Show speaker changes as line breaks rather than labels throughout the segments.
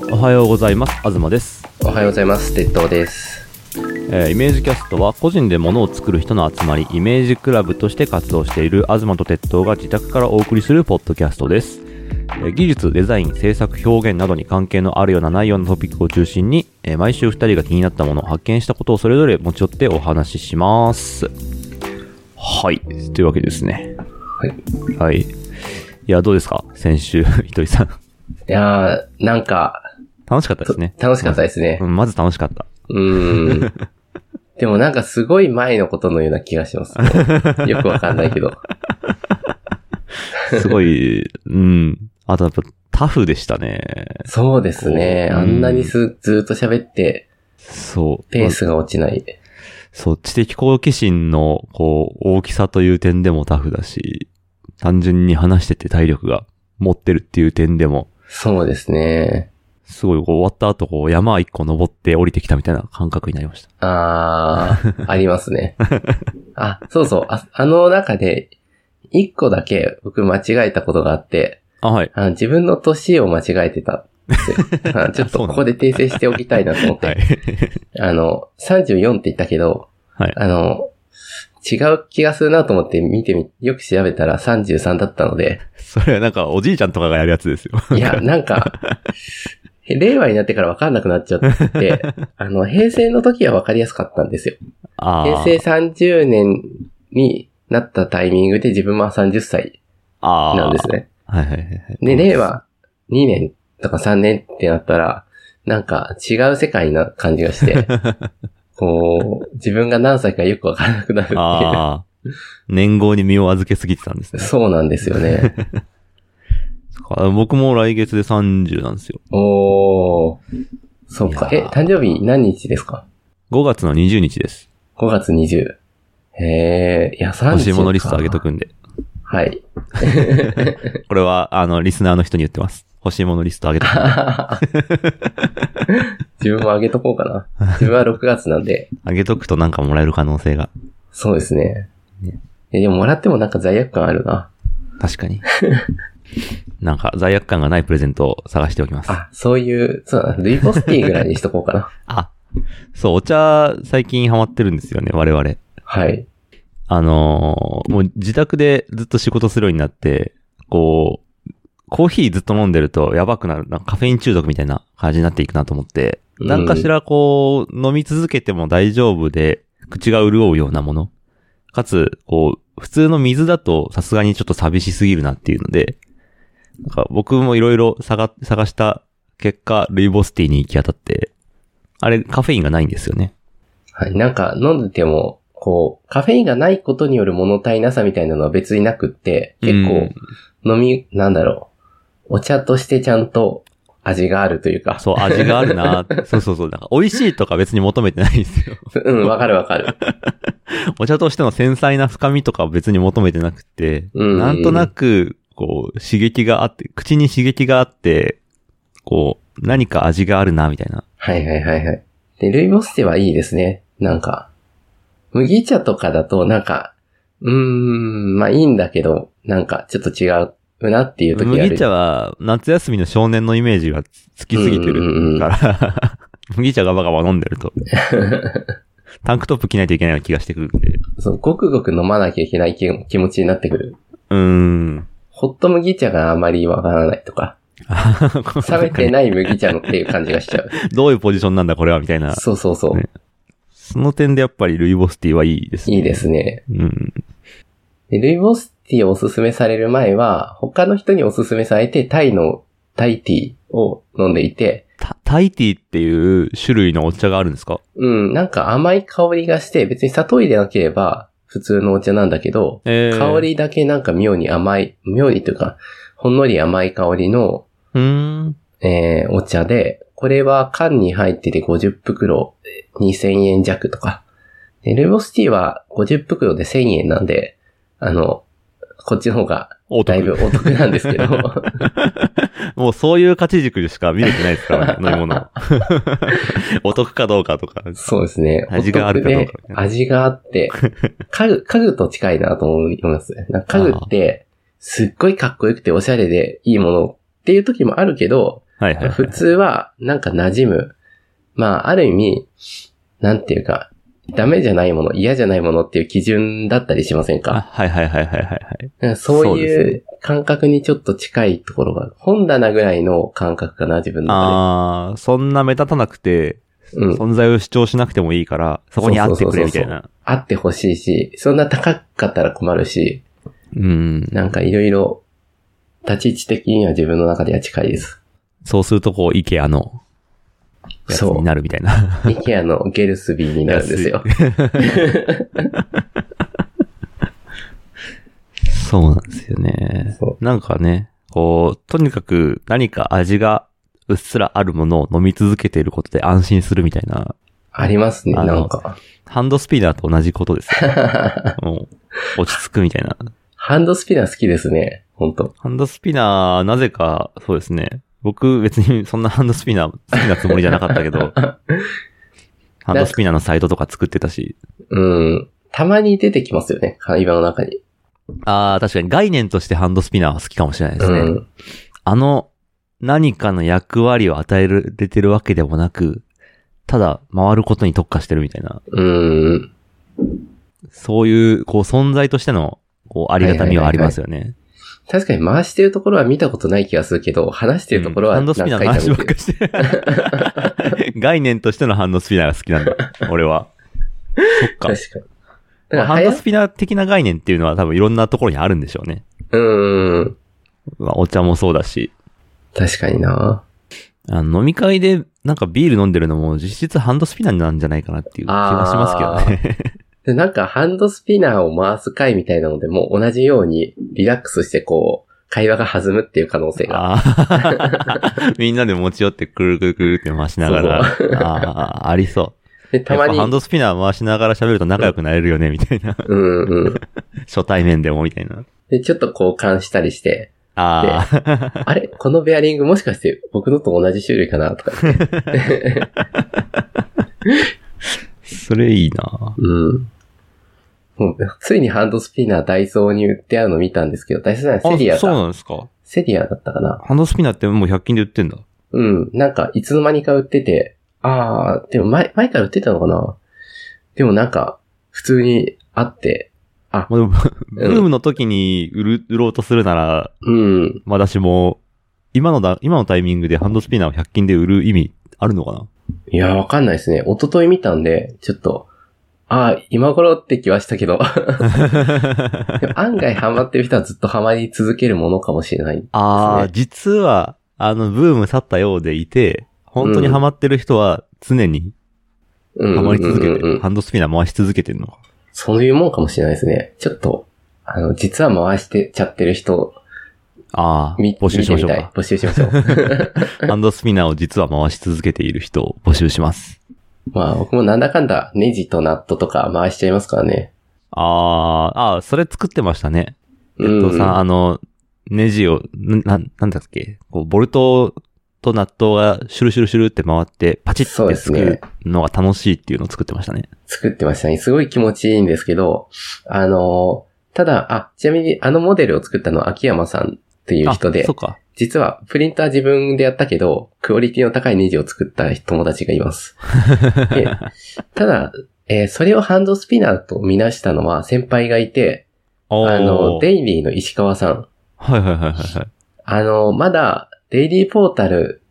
おはようございます東です、
おはようございます。鉄道です。
えーイメージキャストは個人で物を作る人の集まりイメージクラブとして活動している東と鉄道が自宅からお送りするポッドキャストです、えー技術デザイン制作表現などに関係のあるようなないようなトピックを中心に、えー毎週2人が気になったもの発見したことをそれぞれ持ち寄ってお話ししますはいというわけですね
はい。い
はいいやどうですか先週ひとりさん
やー、なんか、
楽しかったですね
楽しかったですね
う。んまず楽しかった
うー ん。でもなんかすごい前のことのような気がしますね。よくわかんないけど。
すごい、うん。あとやっぱタフでしたね。
そうですね。
うん
あんなにすずーっと喋って、
そう。
ペー
ま
スが落ちない。
あそう、知的好奇心の、こう、大きさという点でもタフだし、単純に話してて体力が持ってるっていう点でも、
そうですね。
すごい、こう、終わった後、こう、山一個登って降りてきたみたいな感覚になりました。
あ ー、ありますね。あ、そうそう。ああの中で、一個だけ僕間違えたことがあって、
あ、はい。
あの自分の年を間違えてたんですよ。 あちょっとここで訂正しておきたいなと思って
はい。。
あの、34って言ったけど、
はい
あの、違う気がするなと思って見てみ、よく調べたら33だったの で、
それはなんか、おじいちゃんとかがやるやつですよ。
いや、なんか、令和になってから分かんなくなっちゃ って、あの、平成の時は分かりやすかったんですよ。
あ
平
あ。
成30年になったタイミングで自分は30歳
ああ。
なんです。ね。
はいはいはい。
で、令。和2年とか3年ってなったら、なんか違う世界な感じがして、 こう、自分が何歳かよく分からなくなるっていう。
ああ。 年号に身を預けすぎてたんですね。
そうなんです よね。
あ僕も来月で30なんですよ。
おー。そうか。
い
え
や、ー
誕生日何日ですか
5月の20日です。
?5 月20。へえ、いや、30。
欲しいものリスト上げと。くんで。
はい。
これは、あの、リスナーの人に言ってます。欲しいものリスト上げとくん で。
自分も上げとこうかな。自分は6月なんで。
上げとくとなんかもらえる可能性が。
そうですね
ね。
えでももらってもなんか罪悪感あるな。
確かに。 なんか、罪悪感がないプレゼントを探しておきます。あ
あ、そういう、そうだな。ルイボスティーぐらいにしとこうか な。
そう、お茶、最近ハマってるんですよね、我々。
はい。
あのーもう自宅でずっと仕事するようになって、こう、コーヒーずっと飲んでるとやばくなる、なんかカフェイン中毒みたいな感じになっていくなと思って、
うん
なんかしらこう、飲み続けても大丈夫で、口が潤うようなもの。かつ、こう、普通の水だとさすがにちょっと寂しすぎるなっていうので、なんか僕もいろいろ探探した結果、ルイボスティーに行き当たって、あれカフェインがないんですよね。
はい。なんか飲んでても、こう、カフェインがないことによる物足りなさみたいなのは別になくって、結
う
構
ん、
飲み、なんだろう。お茶としてちゃんと味があるというか。
そう、味がある なそうそうそう。なんか美味しいとか別に求めてないんですよ。
う。うん、わかるわ かる。
お茶としての繊細な深みとかは別に求めてなくて、
うん
なんとなく、こう、刺激があって、口に刺激があって、こう、何か味があるな、みたいな。
はいはいはいはい。で、ルイボスティーはいいですね。なんか、麦茶とかだとなんか、うーん、まあいいんだけど、なんかちょっと違うなっていう時がある。
麦茶は、夏休みの少年のイメージがつきすぎて
うんうんう
る
ん
から、 麦茶ガバガバ飲んでる と、タンクトップ着ないといけないような気がしてくるんで。
そう、ごくごく飲まなきゃいけない気気持ちになってくる。
うーん。
ホット麦茶があまりわからない とか、冷めてない麦茶のっていう感じがしちゃう。
どういうポジションなんだ、これは、みたいな。
そうそうそう。
ねその点でやっぱりルイボスティーはいいですね。
いいですね。
うん。
でルイボスティーをおすすめされる前は、他の人におすすめされて、タイの、タイティーを飲んでいて、
タタイティーっていう種類のお茶があるんですか
うん、なんか甘い香りがして、別に砂糖入れなければ普通のお茶なんだけど、
えー
香。りだけなんか妙に甘い、妙にというか、ほんのり甘い香りの、
うーん。
えーお茶で、これは缶に入ってて50袋えー2000円弱とか。でルイボスティーは50袋で1000円なんで、あの、こっちの方が
お
だいぶ。お得なんです けど、
もうそういう価値軸でしか見れてないですからね、飲み 物。お得かどうかとか。
そうですね。
味があるかどうか
お得で味が あって、家具、家具と近いなと思います。なんか家具って、すっごいかっこよくておしゃれでいいものっていう時もあるけど、
はいはいはい。
普通は、なんか馴染む。まあ、ある意味、なんていうか、ダメじゃないもの、嫌じゃないものっていう基準だったりしません
あ
か
はいはいはいはいはいはい。
なんかそう
そうで
いう感覚にちょっと近いところが、本棚ぐらいの感覚かな、自分の中
あー、そんな目立たなくて、
で。うん。
存在を主張しなくてもいいから、そこにあってくれみたいな。
あってほしいし、そんな高かったら困るし、
うん。
なんかいろいろ、立ち位置的には自分の中では近 いです。
そうするとこう、イケアの、やつ
そ
になるみたいな。
う。イケアのゲルスビーになるんですよ。
そうなんですよね
そ。
なんかね、こう、とにかく何か味がうっすらあるものを飲み続けていることで安心するみたいな、
ありますね、
あの
なんか。
ハンドスピナーと同じことですよ。もう落ち着くみたいな。
ハンドスピナー好きですね、ほんと。
ハンドスピナー、なぜか、そうですね。僕、別にそんなハンドスピナー好きなつもりじゃなかったけ ど、ハンドスピナーのサイトとか作ってたし、
うん。たまに出てきますよね、会話の中に。
ああ、確かに概念としてハンドスピナーは好きかもしれないです
う
ね。
ん。
あの、何かの役割を与えられてるわけでもなく、ただ回ることに特化してるみたいな、
うん。
そういう、こう、存在としての、こう、ありがたみはありますよね。
確かに回してるところは見たことない気がするけど、話してるところは
うんハンド
何
ス
回
ピナ
か
ーの
見て
話
る
ばっかりして る。概念としてのハンドスピナーが好きなんだ。俺は。そっか。
確かに。だから
ハン
早
ド
い
スピナー的な概念っていうのは多分いろんなところにあるんでしょうね。
うん。
まあ、お茶もそうだし。
確かにな
あの飲み会でなんかビール飲んでるのも実質ハンドスピナーなんじゃないかなっていう気がしますけどね。
で、なんかハンドスピナーを回す回みたいなので、もう同じようにリラックスしてこう、会話が弾むっていう可能性が。
あー みんなで持ち寄ってくるくるくるって回しながら。あーありそ
で、
う。
たま
やっ
に、
ぱハン
う
ドスピナー回しながら喋ると仲良くなれるよね、みたいな。
んうん。
初対面でもみたいな。
で、ちょっと交換したりして、
ああ。
あれこのベアリングもしかして僕のと同じ種類かなとか言って。
それいいな
うん。もうついにハンドスピナーダイソーに売ってあるの見た。んですけど、ダイソーじゃない、セリア
あそう
だ。
なんですか
セリアだったかな。
ハンドスピナーってもう100均で売ってんだ。
うん。なんか、いつの間にか売ってて、あー、でも前、前から売ってたのかな。でもなんか、普通にあって、
まあ、でも、ブームの時に売る、売ろうとするなら、
うん。
まあ私も、今のだ、今のタイミングでハンドスピナーを100均で売る意味あるのか ない
やー、わかんないですね。一昨日見たんで、ちょっと、あー、今頃って気はしたけど、 でも案外ハマってる人はずっとハマり続けるものかもしれない。
ああ、実は、あの、ブーム去ったようでいて、本当にハマってる人は常に
うん
ハマり続け
うんうんうん
て、ハンドスピナー回し続けてるのか。
そういうもんかもしれないですね。ちょっと、あの、実は回してちゃってる人、
ああ、
み
募集しましょう
見てみ
か。
たい募集しましょ う。
ハンドスピナーを実は回し続けている人を募集します。
まあ、僕もなんだかんだ、ネジとナットとか回しちゃいますからね。
ああ、ああ、それ作ってましたね。えっと
うん
さ、あの、ネジを、な、ななんだっけ、こう、ボルトとナットがシュルシュルシュルって回って、パチッ
そう
て
で
つ
すね
くのが楽しいっていうのを作ってましたね。
作ってましたね。すごい気持ちいいんですけど、あの、ただ、あ、ちなみにあのモデルを作ったのは秋山さんっていう
あ、
人で
そ、うか。
実はプリンター自分でやったけど、クオリティの高いネジを作った友達がい ます。でただ、えーそれをハンドスピナーと見なしたのは先輩がいて、
おー
あの、デイリーの石川さん。
はいはいはいはいはい。
あの、まだ、デイリーポータル、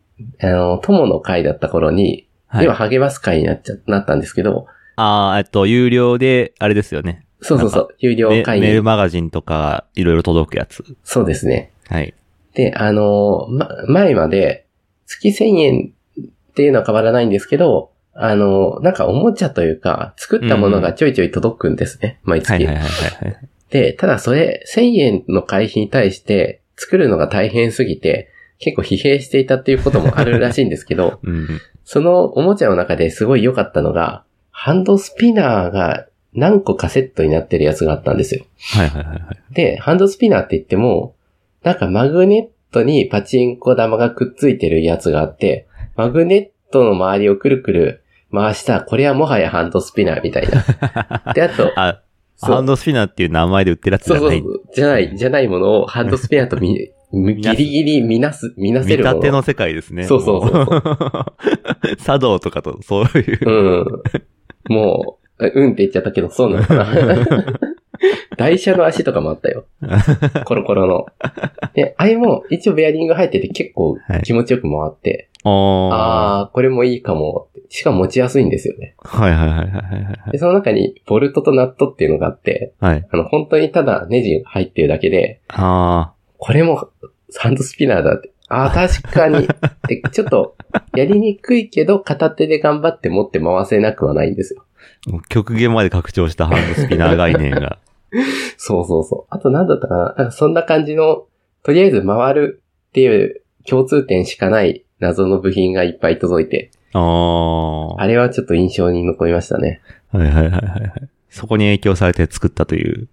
あの、友の会だった頃に、
はい、
今励ます会になっちゃ、なったんですけど、
ああ、えっと、有料で、あれですよね。
そうそうそう、有料
メ
会
メール
に。
マガジンとか、いろいろ届くやつ。
そうですね。
はい。
で、あの、ま、前まで、月1000円っていうのは変わらないんですけど、あの、なんかおもちゃというか、作ったものがちょいちょい届くんですね、毎月。
はいはいはいはいはい。
で、ただそれ、1000円の会費に対して、作るのが大変すぎて、結構疲弊していたっていうこともあるらしいんですけど、
うん。
そのおもちゃの中ですごい良かったのが、ハンドスピナーが何個かセットになってるやつがあったんですよ。
はいはいはいはい。
で、ハンドスピナーって言っても、なんかマグネットにパチンコ玉がくっついてるやつがあって、マグネットの周りをくるくる回した、これはもはやハンドスピナーみたい な。で、あと、
あ、
そう
ハンドスピナーっていう名前で売ってるやつじ
そう
ゃ
そ
な
う
い
そう、じゃない、じゃないものをハンドスピナーと見ギ
見なす
リギリ見なす、見な
見
せるもの。
立ての世界ですね。
そうそうそう
う。茶道とかと、そういう。
うん。もう、えうんって言っちゃったけど、そうな のかな。台車の足とかもあったよ。コロコロの。で、あれも一応ベアリング入ってて結構
はい
気持ちよく回って、
あ
あー、これもいいかもって。しかも持ちやすいんですよね。
あ。はいはいはいはいはいはい。
で、その中にボルトとナットっていうのがあって、
はい。
あの、本当にただネジが入ってるだけで、
あ
これもハンドスピナーだって。あー、確 かに。で、ちょっと、やりにくいけど、片手で頑張って持って回せなくはないんですよ
あ。もう極限まで拡張したハンドスピナー概念 が。
そうそうそう。あと何だったかななんかそんな感じの、とりあえず回るっていう共通点しかない謎の部品がいっぱい届いて、
ああ。は
あれはちょっと印象に残りましたね。
いはいはいはいはい。そこに影響されて作ったという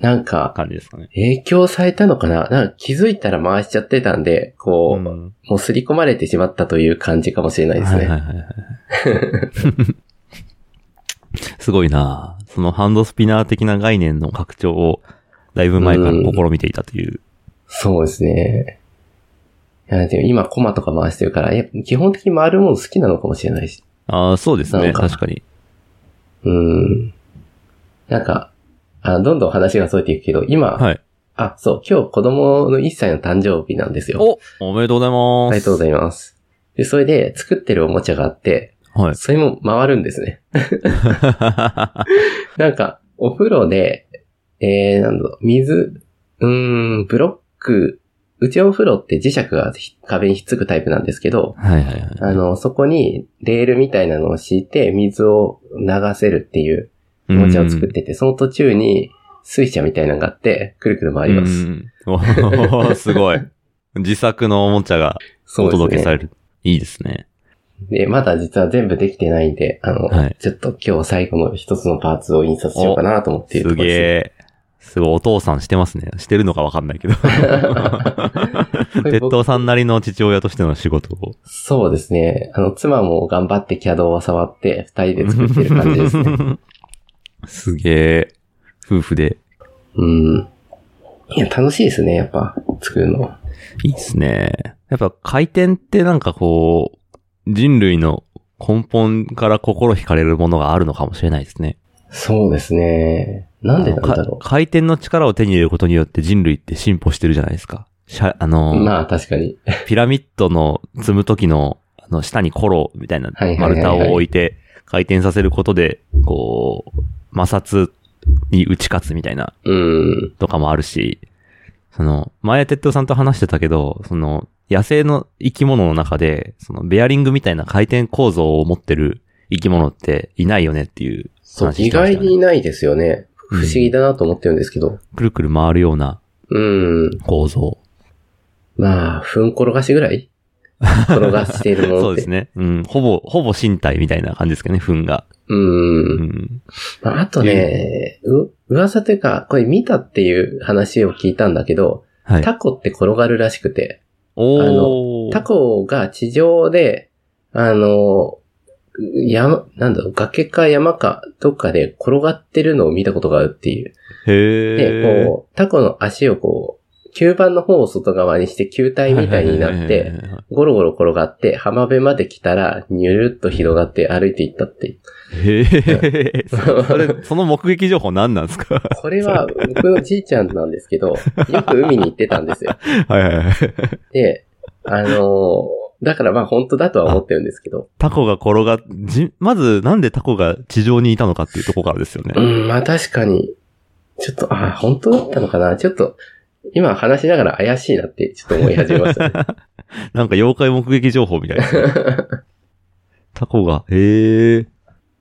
なんか、
感じですかね。
影響されたのかななんか気づいたら回しちゃってたんで、こう、
ん
もう刷り込まれてしまったという感じかもしれないですね。
はいはいはいはい。すごいなあそのハンドスピナー的な概念の拡張を、だいぶ前から試みていたという。
そうですね。いやでも今コマとか回してるから、やっぱ基本的に回るもの好きなのかもしれないし。
ああ、そうです
な
ね。
のかな
確かに。
うん。なんか、あどんどん話が逸れていくけど、今、
はい。
あ、そう、今日子供の1歳の誕生日なんですよ。
おおめでとうございます。
ありがとうございます。で、それで作ってるおもちゃがあって、
はい。
それも回るんですね。なんか、お風呂で、えー、なんだろう、水、うーん、ブロック、うちのお風呂って磁石がひ壁にひっつくタイプなんですけど、
はいはいはい。
あの、そこにレールみたいなのを敷いて水を流せるっていうおもちゃを作ってて、その途中に水車みたいなのがあって、くるくる
あ
回ります。
おーすご い。自作のおもちゃが
そう
お
ですね。
届けされる。いいですね。
で、まだ実は全部できてないんで、あの、
はい
ちょっと今日最後の一つのパーツを印刷しようかなと思っている
す
ところ
げ
で
え。すごい、お父さんしてますね。してるのかわかんないけ ど。
す。これ
鉄
僕
道さんなりの父親としての仕事を。
そうですね。あの、妻も頑張って CAD を触って、二人で作ってる感 じですね。
すげえ。夫婦で。
うん。いや、楽しいですね、やっぱ、作るの。
いいっすね。やっぱ回転ってなんかこう、人類の根本から心惹かれるものがあるのかもしれないですね。
そうですね。なんでなんだろ
か回転の力を手に入れることによって人類って進歩してるじゃないですか。しゃあの
う。
ー、
まあ、確かに。
ピラミッドの積む時の、あの、下にコロみたいな
はいはいはいは
丸
い
太を置いて回転させることで、こう、摩擦に打ち勝つみたいな
うん。
とかもあるし、その、前テッドさんと話してたけど、その、野生の生き物の中で、その、ベアリングみたいな回転構造を持ってる生き物っていないよねっていう
そう、
話
意
してました
外
よね
にないですよね。
うん
不思議だなと思ってるんですけど。
くるくる回るような
うん。
構造。
まあ、ふん転がしぐ らい転がしているものって。
そうですね。うん。ほぼ、ほぼ身体みたいな感じですかね、糞が。
うん
う。ん。
まあ、あとね、う、噂というか、これ見たっていう話を聞いたんだけど、
はい。
タコって転がるらしくて、
おー。
タコが地上で、あの、山、なんだろう、崖か山かどっかで転がってるのを見たことがあるっていう。
へ
で、
ー。
こう、タコの足をこう、吸盤の方を外側にして球体みたいになっ
はいはい
て
は、いはいはい
ゴロゴロ転がって浜辺まで来たら、ニュルっと広がって歩いていったっていう。
へえ、 そそれ、その目撃情報何なんですか
これは、僕のじいちゃんなんですけど、よく海に行ってたんですよ。
はいはいはい。
で、あのーだからまあ本当だとは思ってるんですけど。
タコが転が、じ、まずなんでタコが地上にいたのかっていうとこからですよね
う。ん、まあ確かに、ちょっと、あー本当だったのかなちょっと、今話しながら怪しいなってちょっと思い始め ましたね。
なんか妖怪目撃情報みたいな。 タコが、へえ。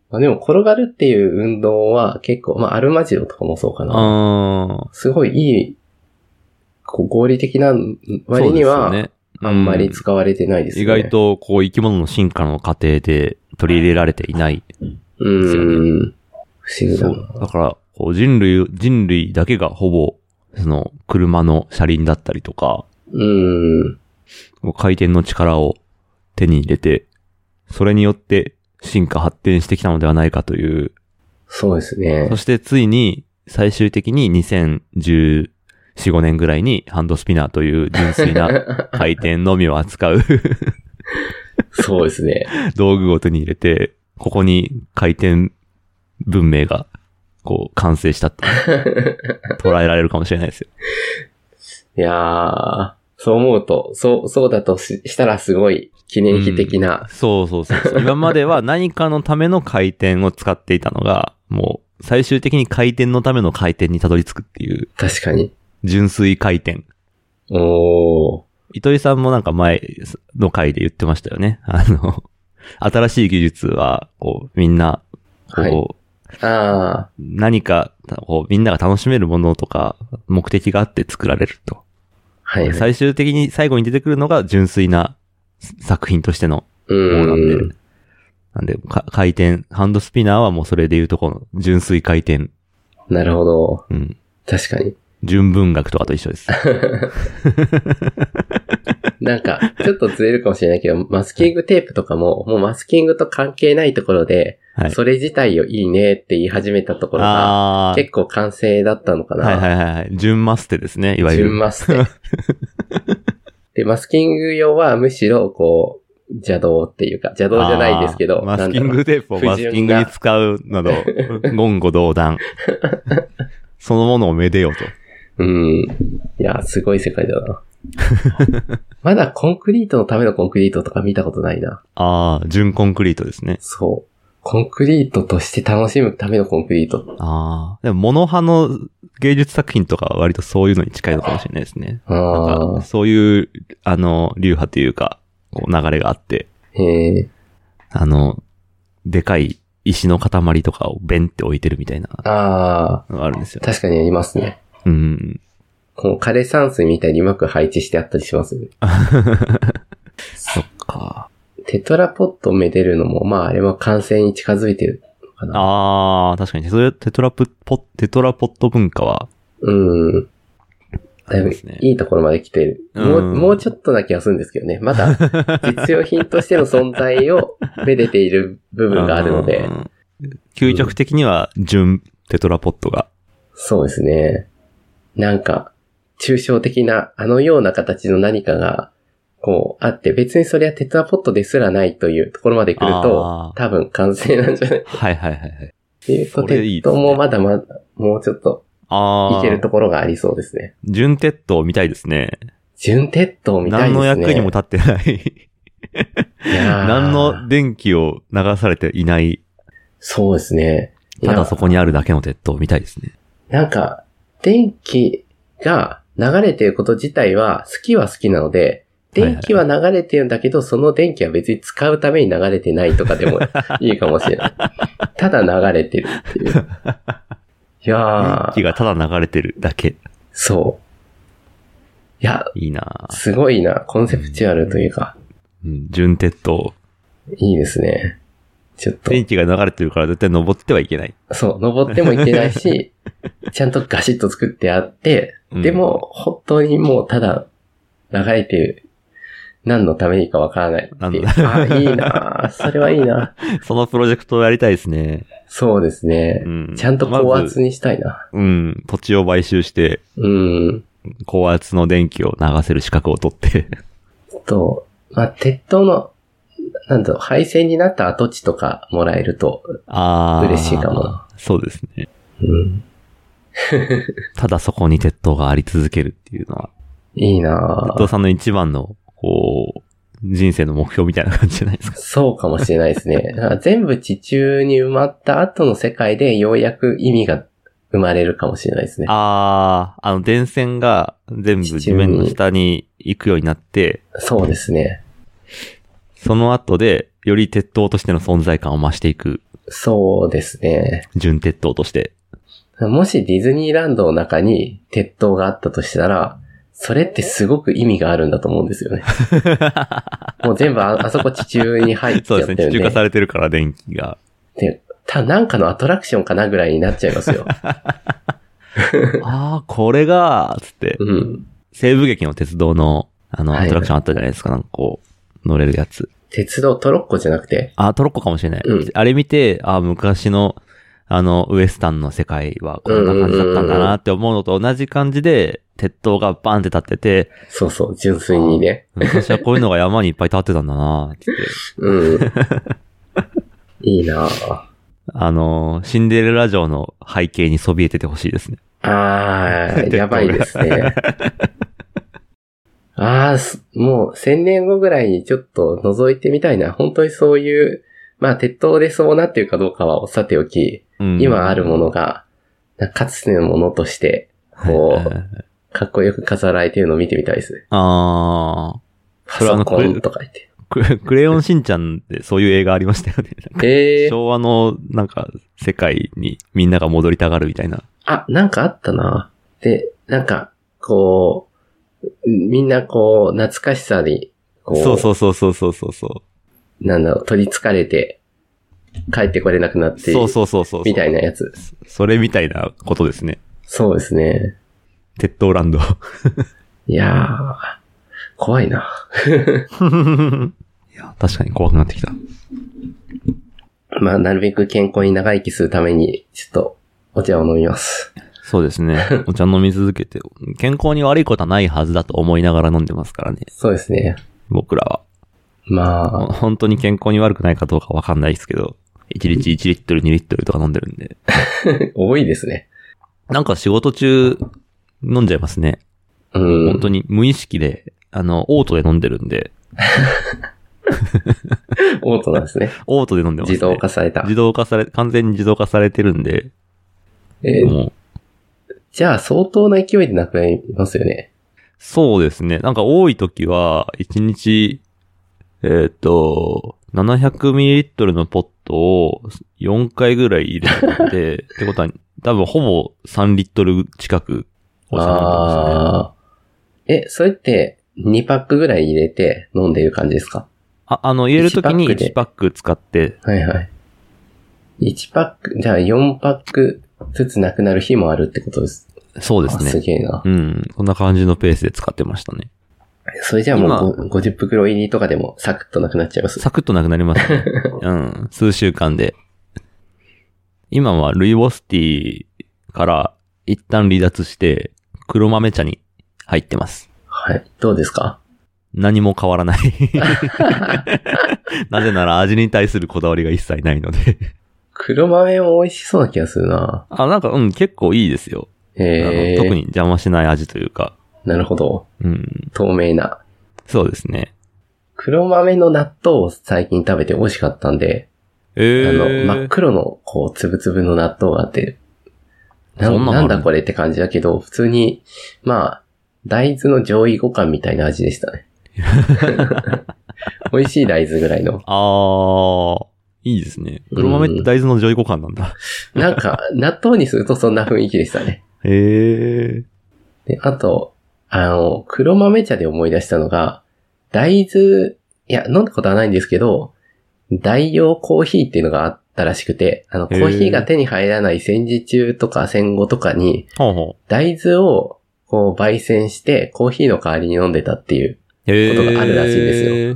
まあでも転がるっていう運動は結構、まあアルマジロとかもそうかな。
あー。
すごいいい、こう合理的な割に
そ
は、
うですよね
あんまり使われてないです
うん
ね。
意外。と、こう、生き物の進化の過程で取り入れられていない。ですよ
うん。不思議だ
そ
な。
う。だから、こう、人類、人類だけがほぼ、その、車の車輪だったりとか、
うん。
もう回転の力を手に入れて、それによって進化発展してきたのではないかという。
そうですね
そ。してついに最終的に2017 4、5年ぐらいにハンドスピナーという純粋 な 回転のみを扱う
そうですね。
道具を手に入れて、ここに回転文明が、こう、完成したって捉えられるかもしれないですよ。
いやー、そう思うと、そう、そうだとししたらすごい記念碑的な、
そうそうそうそう。今までは何かのための回転を使っていたのが、もう最終的に回転のための回転にたどり着くっていう、
確かに。
純粋回転。
おー、
糸井さんもなんか前の回で言ってましたよね。あの、新しい技術は、こう、みんな、こう、
はいあ
何か、こう、みんなが楽しめるものとか、目的があって作られると。
ー、はい、はい。
最終的に最後に出てくるのが純粋な作品としての
う
もうなんで
ん。。
なんで、か回転、ハンドスピナーはもうそれでいうとこの、純粋回転。
なるほど。
うん。
確かに。
純文学とかと一緒です。
なんか、ちょっとずれるかもしれない けど、マスキングテープとかも、もうマスキングと関係ないところで、
はい。
それ自体をいいねって言い始めたところが、
あー
結構完成だったのかな。
はいはいはいはい。純マステですね、いわゆ
順
る。
マスで。 で、マスキング用はむしろ、こう、邪道っていうか、邪道じゃないですけど、
あーマスキン
なんだろ
グテープをマスキングに使うな ど、言語道断。そのものをめでようと。
う。うん。いや、すごい世界だな。 まだコンクリートのためのコンクリートとか見たことないな。
ああ、純コンクリートですね。
そう。コンクリートとして楽しむためのコンクリート。
ああ。でも、モノ派の芸術作品とかは割とそういうのに近いのかもしれないですね。なん
あ
か、
あ。
そういう、あの、流派というか、こう流れがあって、
へえ。
あの、でかい石の塊とかをベンって置いてるみたいな
あ
のがあるんですよ
あ。。確かにありますね。
うん。
こう、枯山水みたいにうまく配置してあったりしますよね。
そっか。
テトラポットめでるのも、まあ、あれは完成に近づいてるのかな。
あー、確かにテトラ、テトラプポ、テトラポット文化は、
うん。
あ
だい
り
ぶ
ますね。
いいところまで来てる。もう、
うん
もうちょっとな気がするんですけどね。まだ、実用品としての存在をめでている部分があるので
う、ん。究極的には、純テトラポットが。
そうですね。なんか、抽象的な、あのような形の何かが、こう、あって、別にそれはテトラポットですらないというところまで来る
あー、
と多分完成な んじゃないっ
はいはいはいはい。
ていうと、
それいい
鉄
ですね
塔もまだまだ、もうちょっと、
あー。
いけるところがありそうですね。
純鉄塔見たいですね。
純鉄塔みた
何
いです
の
ね。
役にも立ってない。
いやー
何の電気を流されていない、
そうですね。いや
ただそこにあるだけの鉄塔見たいですね。
なんか、電気が流れてること自体は好きは好きなので、電気は流れてるんだけど、その電気は別に使うために流れてないとかでもいいかもしれない。ただ流れてるっていう。いや
電気
ー、
がただ流れてるだけ。
そう。いや、
いいなぁ
すごいな、コンセプチュアルというか、
うん、純鉄塔。
いいですね。ちょっと、
電気が流れてるから絶対登ってはいけない。
そう、登ってもいけないし、ちゃんとガシッと作ってあって、
うん
でも、本当にもうただ流れてる。何のためにかわからないっていう。あ、いいなあそれはいいな
そのプロジェクトをやりたいですね。
そうですね
う。ん。
ちゃんと高
まず
圧にしたいな。
うん。土地を買収して、
うん。
高圧の電気を流せる資格を取って。
と、まあ、鉄塔の、なんだろう、廃線になった跡地とかもらえると、
ああ。
嬉しいかもな。
そうですね。
うん。
ただそこに鉄塔があり続けるっていうのは、
いいな
鉄
あ
塔さんの一番の、こう、人生の目標みたいな感じじゃないですか。
そうかもしれないです ね。だから全部地中に埋まった後の世界でようやく意味が生まれるかもしれないですね。
ああ、あの、電線が全部地面の下に行くようになって、
そうですね。
その後で、より鉄塔としての存在感を増していく、
そうですね。
純鉄塔として。
もしディズニーランドの中に鉄塔があったとしたら、それってすごく意味があるんだと思うんですよ ね。もう全部ああそこ地中に入っち
そ
ゃ
う
っ
で
て
す
るん
ね、
で。
地中化されてるから電気 が。
でた、なんかのアトラクションかなぐらいになっちゃいますよ。
ああ、これが、つって、
うん。
西部劇の鉄道の、あの、
はいはい
アトラクションあったじゃないですか、なんかこう、乗れるやつ。
鉄道トロッコじゃなくて、
あー、トロッコかもしれない。
うん
あれ見て、あー昔の、あの、ウエスタンの世界はこんな感じだったんだなって思うのと同じ感じで、鉄塔がバーンって立ってて、
そうそう、純粋にね。
昔はこういうのが山にいっぱい立ってたんだなって。
うん。いいなぁ。
あのー、シンデレラ城の背景にそびえててほしいですね。
あ ー、やばいですね。あーす、もう1000年後ぐらいにちょっと覗いてみたいな。本当にそういう、まあ、鉄塔でそうなってるかどうかはさておき、
うん
今あるものが、なんかかつてのものとして、こう、かっこよく飾られてるのを見てみたいですね。
あー
パ
それはあ
ソ
の
コンとか言って。
ククレヨンしんちゃんでそういう映画ありましたよね。
えー、
昭和のなんか世界にみんなが戻りたがるみたいな。
あ、なんかあったな。で、なんか、こう、みんなこう、懐かしさに、こ
そうそうそうそうそうそうそ
なんだろう、取り憑かれて、帰ってこれなくな
う。
って、
そうそうそうそう。
みたいなやつ。
そそれみたいなことですね。
そうですね。
鉄塔ラン ド。
いやー、怖いな。
いや、確かに怖くなってきた。
まあ、なるべく健康に長生きするために、ちょっと、お茶を飲みます。
そうです ね。お茶飲み続けて、健康に悪いことはないはずだと思いながら飲んでますからね。
そうですね。
僕ら
ま
は。
あ、
本当に健康に悪くないかどうかわかんないですけど、1日1リットル2リットルとか飲んでるんで。
多いですね。
なんか仕事中飲んじゃいますね。
う
本
ん。
当に無意識で、あの、オートで飲んでるんで、
オートなんですね。
オー トで飲んでます、ね。
自動化された。
自動化され、完全に自動化されてるんで、
えー
もう、
じゃあ、相当な勢いでなくなりますよね。
そうですね。なんか多い時は、1日、えっ、と、700ml のポットを4回ぐらい入れ てて、ってことは、多分ほぼ3リットル近くお茶飲んでますね。
あー。え、それって、2パックぐらい入れて飲んでる感じですか
あ、あの、入れる時に
一パックで
1パック使って、
はいはい。1パック、じゃあ4パックずつなくなる日もあるってことです。
そうです
あす
ね。
げえな。
うん。こんな感じのペースで使ってましたね。
それじゃあもうご50袋入りとかでもサクッとなくなっちゃいます。
サクッとなくなります ね。うん。数週間で。今はルイボスティーから一旦離脱して、黒豆茶に入ってます。
はい。どうですか
何も変わらない。 なぜなら味に対するこだわりが一切ないので。
黒豆も美味しそうな気がするな。
あ、なんかうん、結構いいですよ。あの
えー、
特に。邪魔しない味というか。
なるほど。
うん。
透明な。
そうですね。
黒豆の納豆を最近食べて美味しかったんで、
え
あの、
ー、
真っ黒の、こう、つぶつぶの納豆があって、な
そんなのあ
な
る
んだこれって感じだけど、普通に、まあ、大豆の上位互換みたいな味でし たね。美味しい大豆ぐらいの。
あー、いいですね。黒豆って大豆の上位互換なんだ。
なんか、納豆にするとそんな雰囲気でしたね。
へえー。
で、あと、あの、黒豆茶で思い出したのが、大豆、いや、飲んだことはないんですけど、代用コーヒーっていうのがあったらしくて、あの、コ
へー
ーヒーが手に入らない戦時中とか戦後とかに、
ほうほう。
大豆を、こう、焙煎して、コーヒーの代わりに飲んでたっていう。
へ
ことがあるらしいです
よ。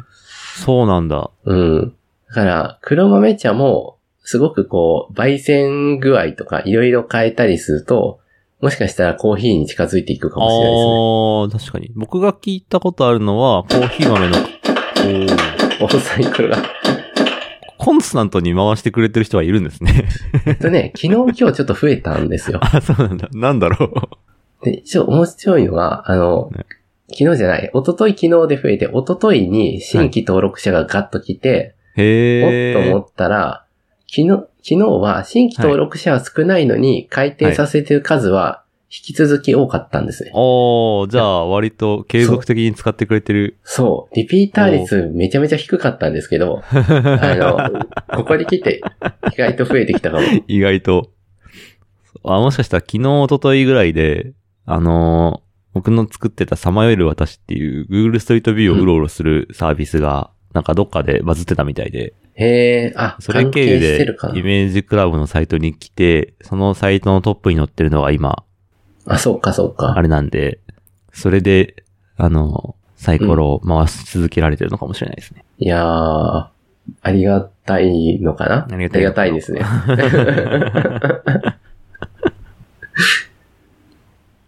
そうなんだ。
うん。だから、黒豆茶も、すごくこう、焙煎具合とか、いろいろ変えたりすると、もしかしたらコーヒーに近づいていくか
ああ
もしれないです
ー、確か
ね。
に。僕が聞いたことあるのは、コーヒー豆の、おー
オフサイクルが。
コンスタントに回してくれてる人はいるんですね。
えっとね、 昨日今日ちょっと増えたんですよ。
あ、そうなんだ。なんだろう。
で、ちょ、面白いのが、あの
ね、
昨日じゃない、一昨日昨日で増えて、一昨日に新規登録者がガッと来て、
へえ。
おっと思ったら、昨日、昨日は新規登録者は少ないのに、改定させてる数は引き続き多かったんですね。
おー、じゃあ、割と継続的に使ってくれてる。
そう、リピーター率めちゃめちゃ低かったんです けど、あの、ここに来て、意外と増えてきたかも。
意外と。あ、もしかしたら昨日、一昨日ぐらいで、あのー僕の作ってたさまよえる私っていう Google ストリートビューをうろうろするサービスが、なんかどっかでバズってたみたいで、
へえ、あ、
それ経由
関係して
で
るか、な
イメージクラブのサイトに来て、そのサイトのトップに載ってるのが今、
あ、そうかそうか
あ。れなんで、それで、あの、サイコロを回し続けられてるのかもしれないですね。
いやー、ありがたいのかな
ありがたいのかな
ですね。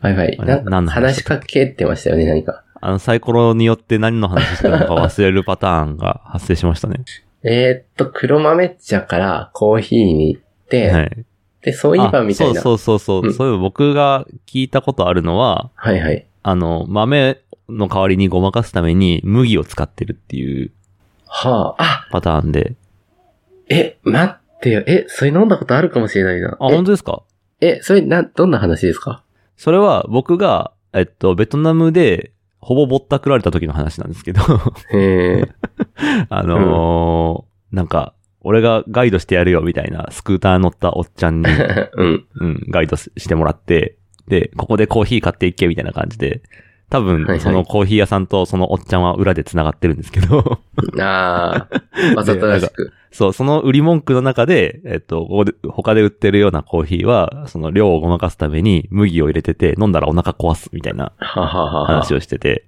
はいはい。
あれ
な
何
ん
の
か
話
話しかけてましたよね、何か。
あの、サイコロによって何の話してるのか忘れるパターンが発生しましたね。
えーっと、黒豆茶からコーヒーに行って、
はい。
で、そういえばみたいな。
あそうそうそうそう。
うん
そういえば僕が聞いたことあるのは、
はいはい。
あの、豆の代わりにごまかすために麦を使ってるっていう
はあ。あ、
パターンで。
え、待ってよ。え、それ飲んだことあるかもしれないな。
あ、本当ですか
え、えそれ、な、どんな話ですか
それは僕が、えっと、ベトナムで、ほぼぼったくられた時の話なんですけど、
へえ。
あのーなんか、俺がガイドしてやるよみたいなスクーター乗ったおっちゃん に、
うん。
うん、ガイドしてもらって、で、ここでコーヒー買っていけみたいな感じで、多
はいは
分、
い
そのコーヒー屋さんとそのおっちゃんは裏で繋がってるんですけど、
ああ、わざとらしく。
そう、その売り文句の中で、えっと、ここで、他で売ってるようなコーヒーは、その量をごまかすために麦を入れてて、飲んだらお腹壊すみたい な
はははは
話をしてて、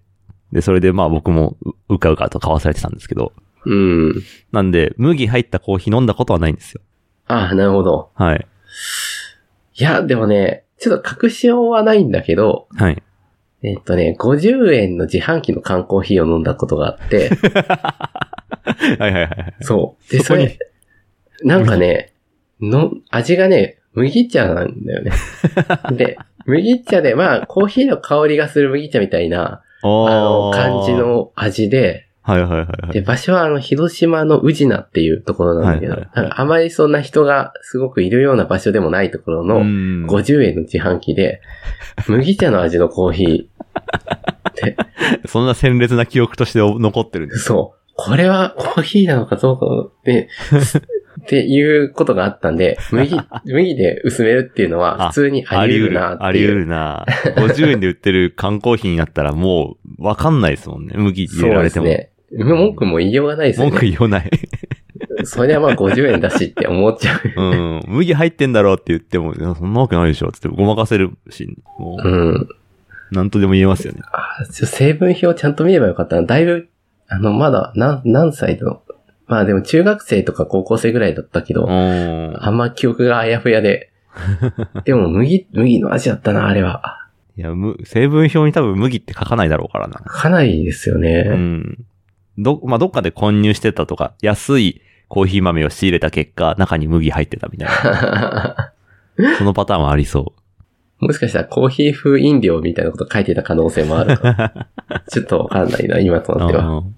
で、それでまあ僕もううかうかと買わされてたんですけど、
うん。
なんで、麦入ったコーヒー飲んだことはないんですよ。
ああ、なるほど。
はい。
いや、でもね、ちょっと確証はないんだけど、
はい。
えっとね、50円の自販機の缶コーヒーを飲んだことがあ って、
はいはいはいはい。
そう。で、
そ
そ
こに
れ、なんかね、の、味がね、麦茶なんだよ ね。で、麦茶で、まあ、コーヒーの香りがする麦茶みたいな、あ
お
の、感じ。の味で、
はいはいはいはい。
で、場所はあの、広島の宇治名っていうところなんだけど、
はいはいはい
なんかあまりそんな人がすごくいるような場所でもないところの、
うん
50円の自販機で、麦茶の味のコーヒ
そんな鮮烈な記憶として残ってるんで
ー、
す。
そう、これはコーヒーなのかどうかって、っていうことがあったんで、麦、 麦で薄めるっていうのは
あ
普通にあり得るなっていう。
あり得るな。50円で売ってる缶コーヒーになったらもう、わかんないですもんね。麦入れられて
そう
も。
ですね。文句も言いようがないですよ
文句
ね。
言わ ない。
それはまあ50円だしって思っち ゃう。
うん。麦入ってんだろうって言っても、いやそんなわけないでしょ。つってごまかせるし、もう、
うん。
なんとでも言えますよね。
あちょ成分表ちゃんと見ればよかったな。だいぶ、あの、まだ、何、何歳の、まあでも中学生とか高校生ぐらいだったけど、
うん。
あんま記憶があやふや で。でも麦、麦の味だったな、あれは。
いや、む成分表に多分麦って書かないだろうからな。
かなりですよね。
うん。ど、まあ、どっかで混入してたとか、安いコーヒー豆を仕入れた結果、中に麦入ってたみたい な、そのパターンはありそ
もしかしたらコーヒー風飲料みたいなこと書いてた可能性もあるから ちょっとわかんないな、今と
う。
なっては。
うん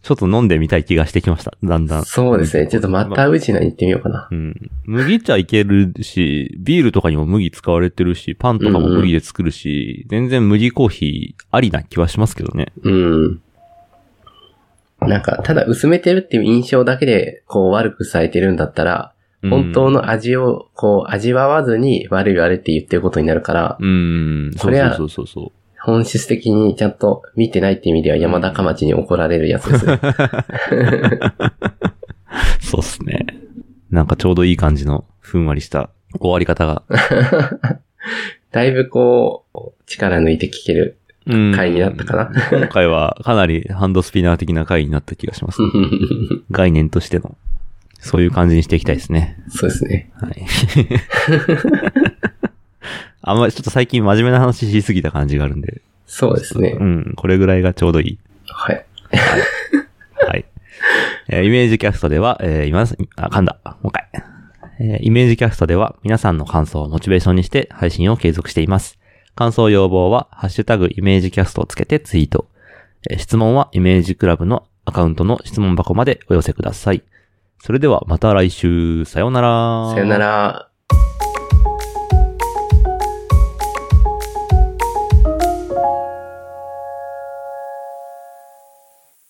ちょっと飲んでみたい気がしてきました。だんだん。
そうですね。ちょっとまた宇品に行ってみようかな。
うん。麦茶いけるし、ビールとかにも麦使われてるし、パンとかも麦で作るし、全然麦コーヒーありな気はしますけどね。
うん。なんか、ただ薄めてるっていう印象だけで、こう悪くされてるんだったら、
うん
本当の味を、こう味わわずに悪い悪いって言ってることになるから、
うん。そ
こ
う
れは
そうそうそう。
本質的にちゃんと見てないって意味では山高町に怒られるやつですね。
そうっすね。なんかちょうどいい感じのふんわりした終わり方が。
だいぶこう、力抜いて聞ける
うん
回になったかな。
今回はかなりハンドスピナー的な回になった気がします、概念としての。そういう感じにしていきたいですね。
そうですね。
はい。あんまりちょっと最近真面目な話しすぎた感じがあるんで。
そうですね
う。ん、これぐらいがちょうどいい。
はい。
はい。えーイメージキャストでは、えー今、あ、噛んだ。もう一回。えーイメージキャストでは皆さんの感想をモチベーションにして配信を継続しています。感想要望は、ハッシュタグイメージキャストをつけてツイート。えー質問はイメージクラブのアカウントの質問箱までお寄せください。それではまた来週。さようなら。
さよなら。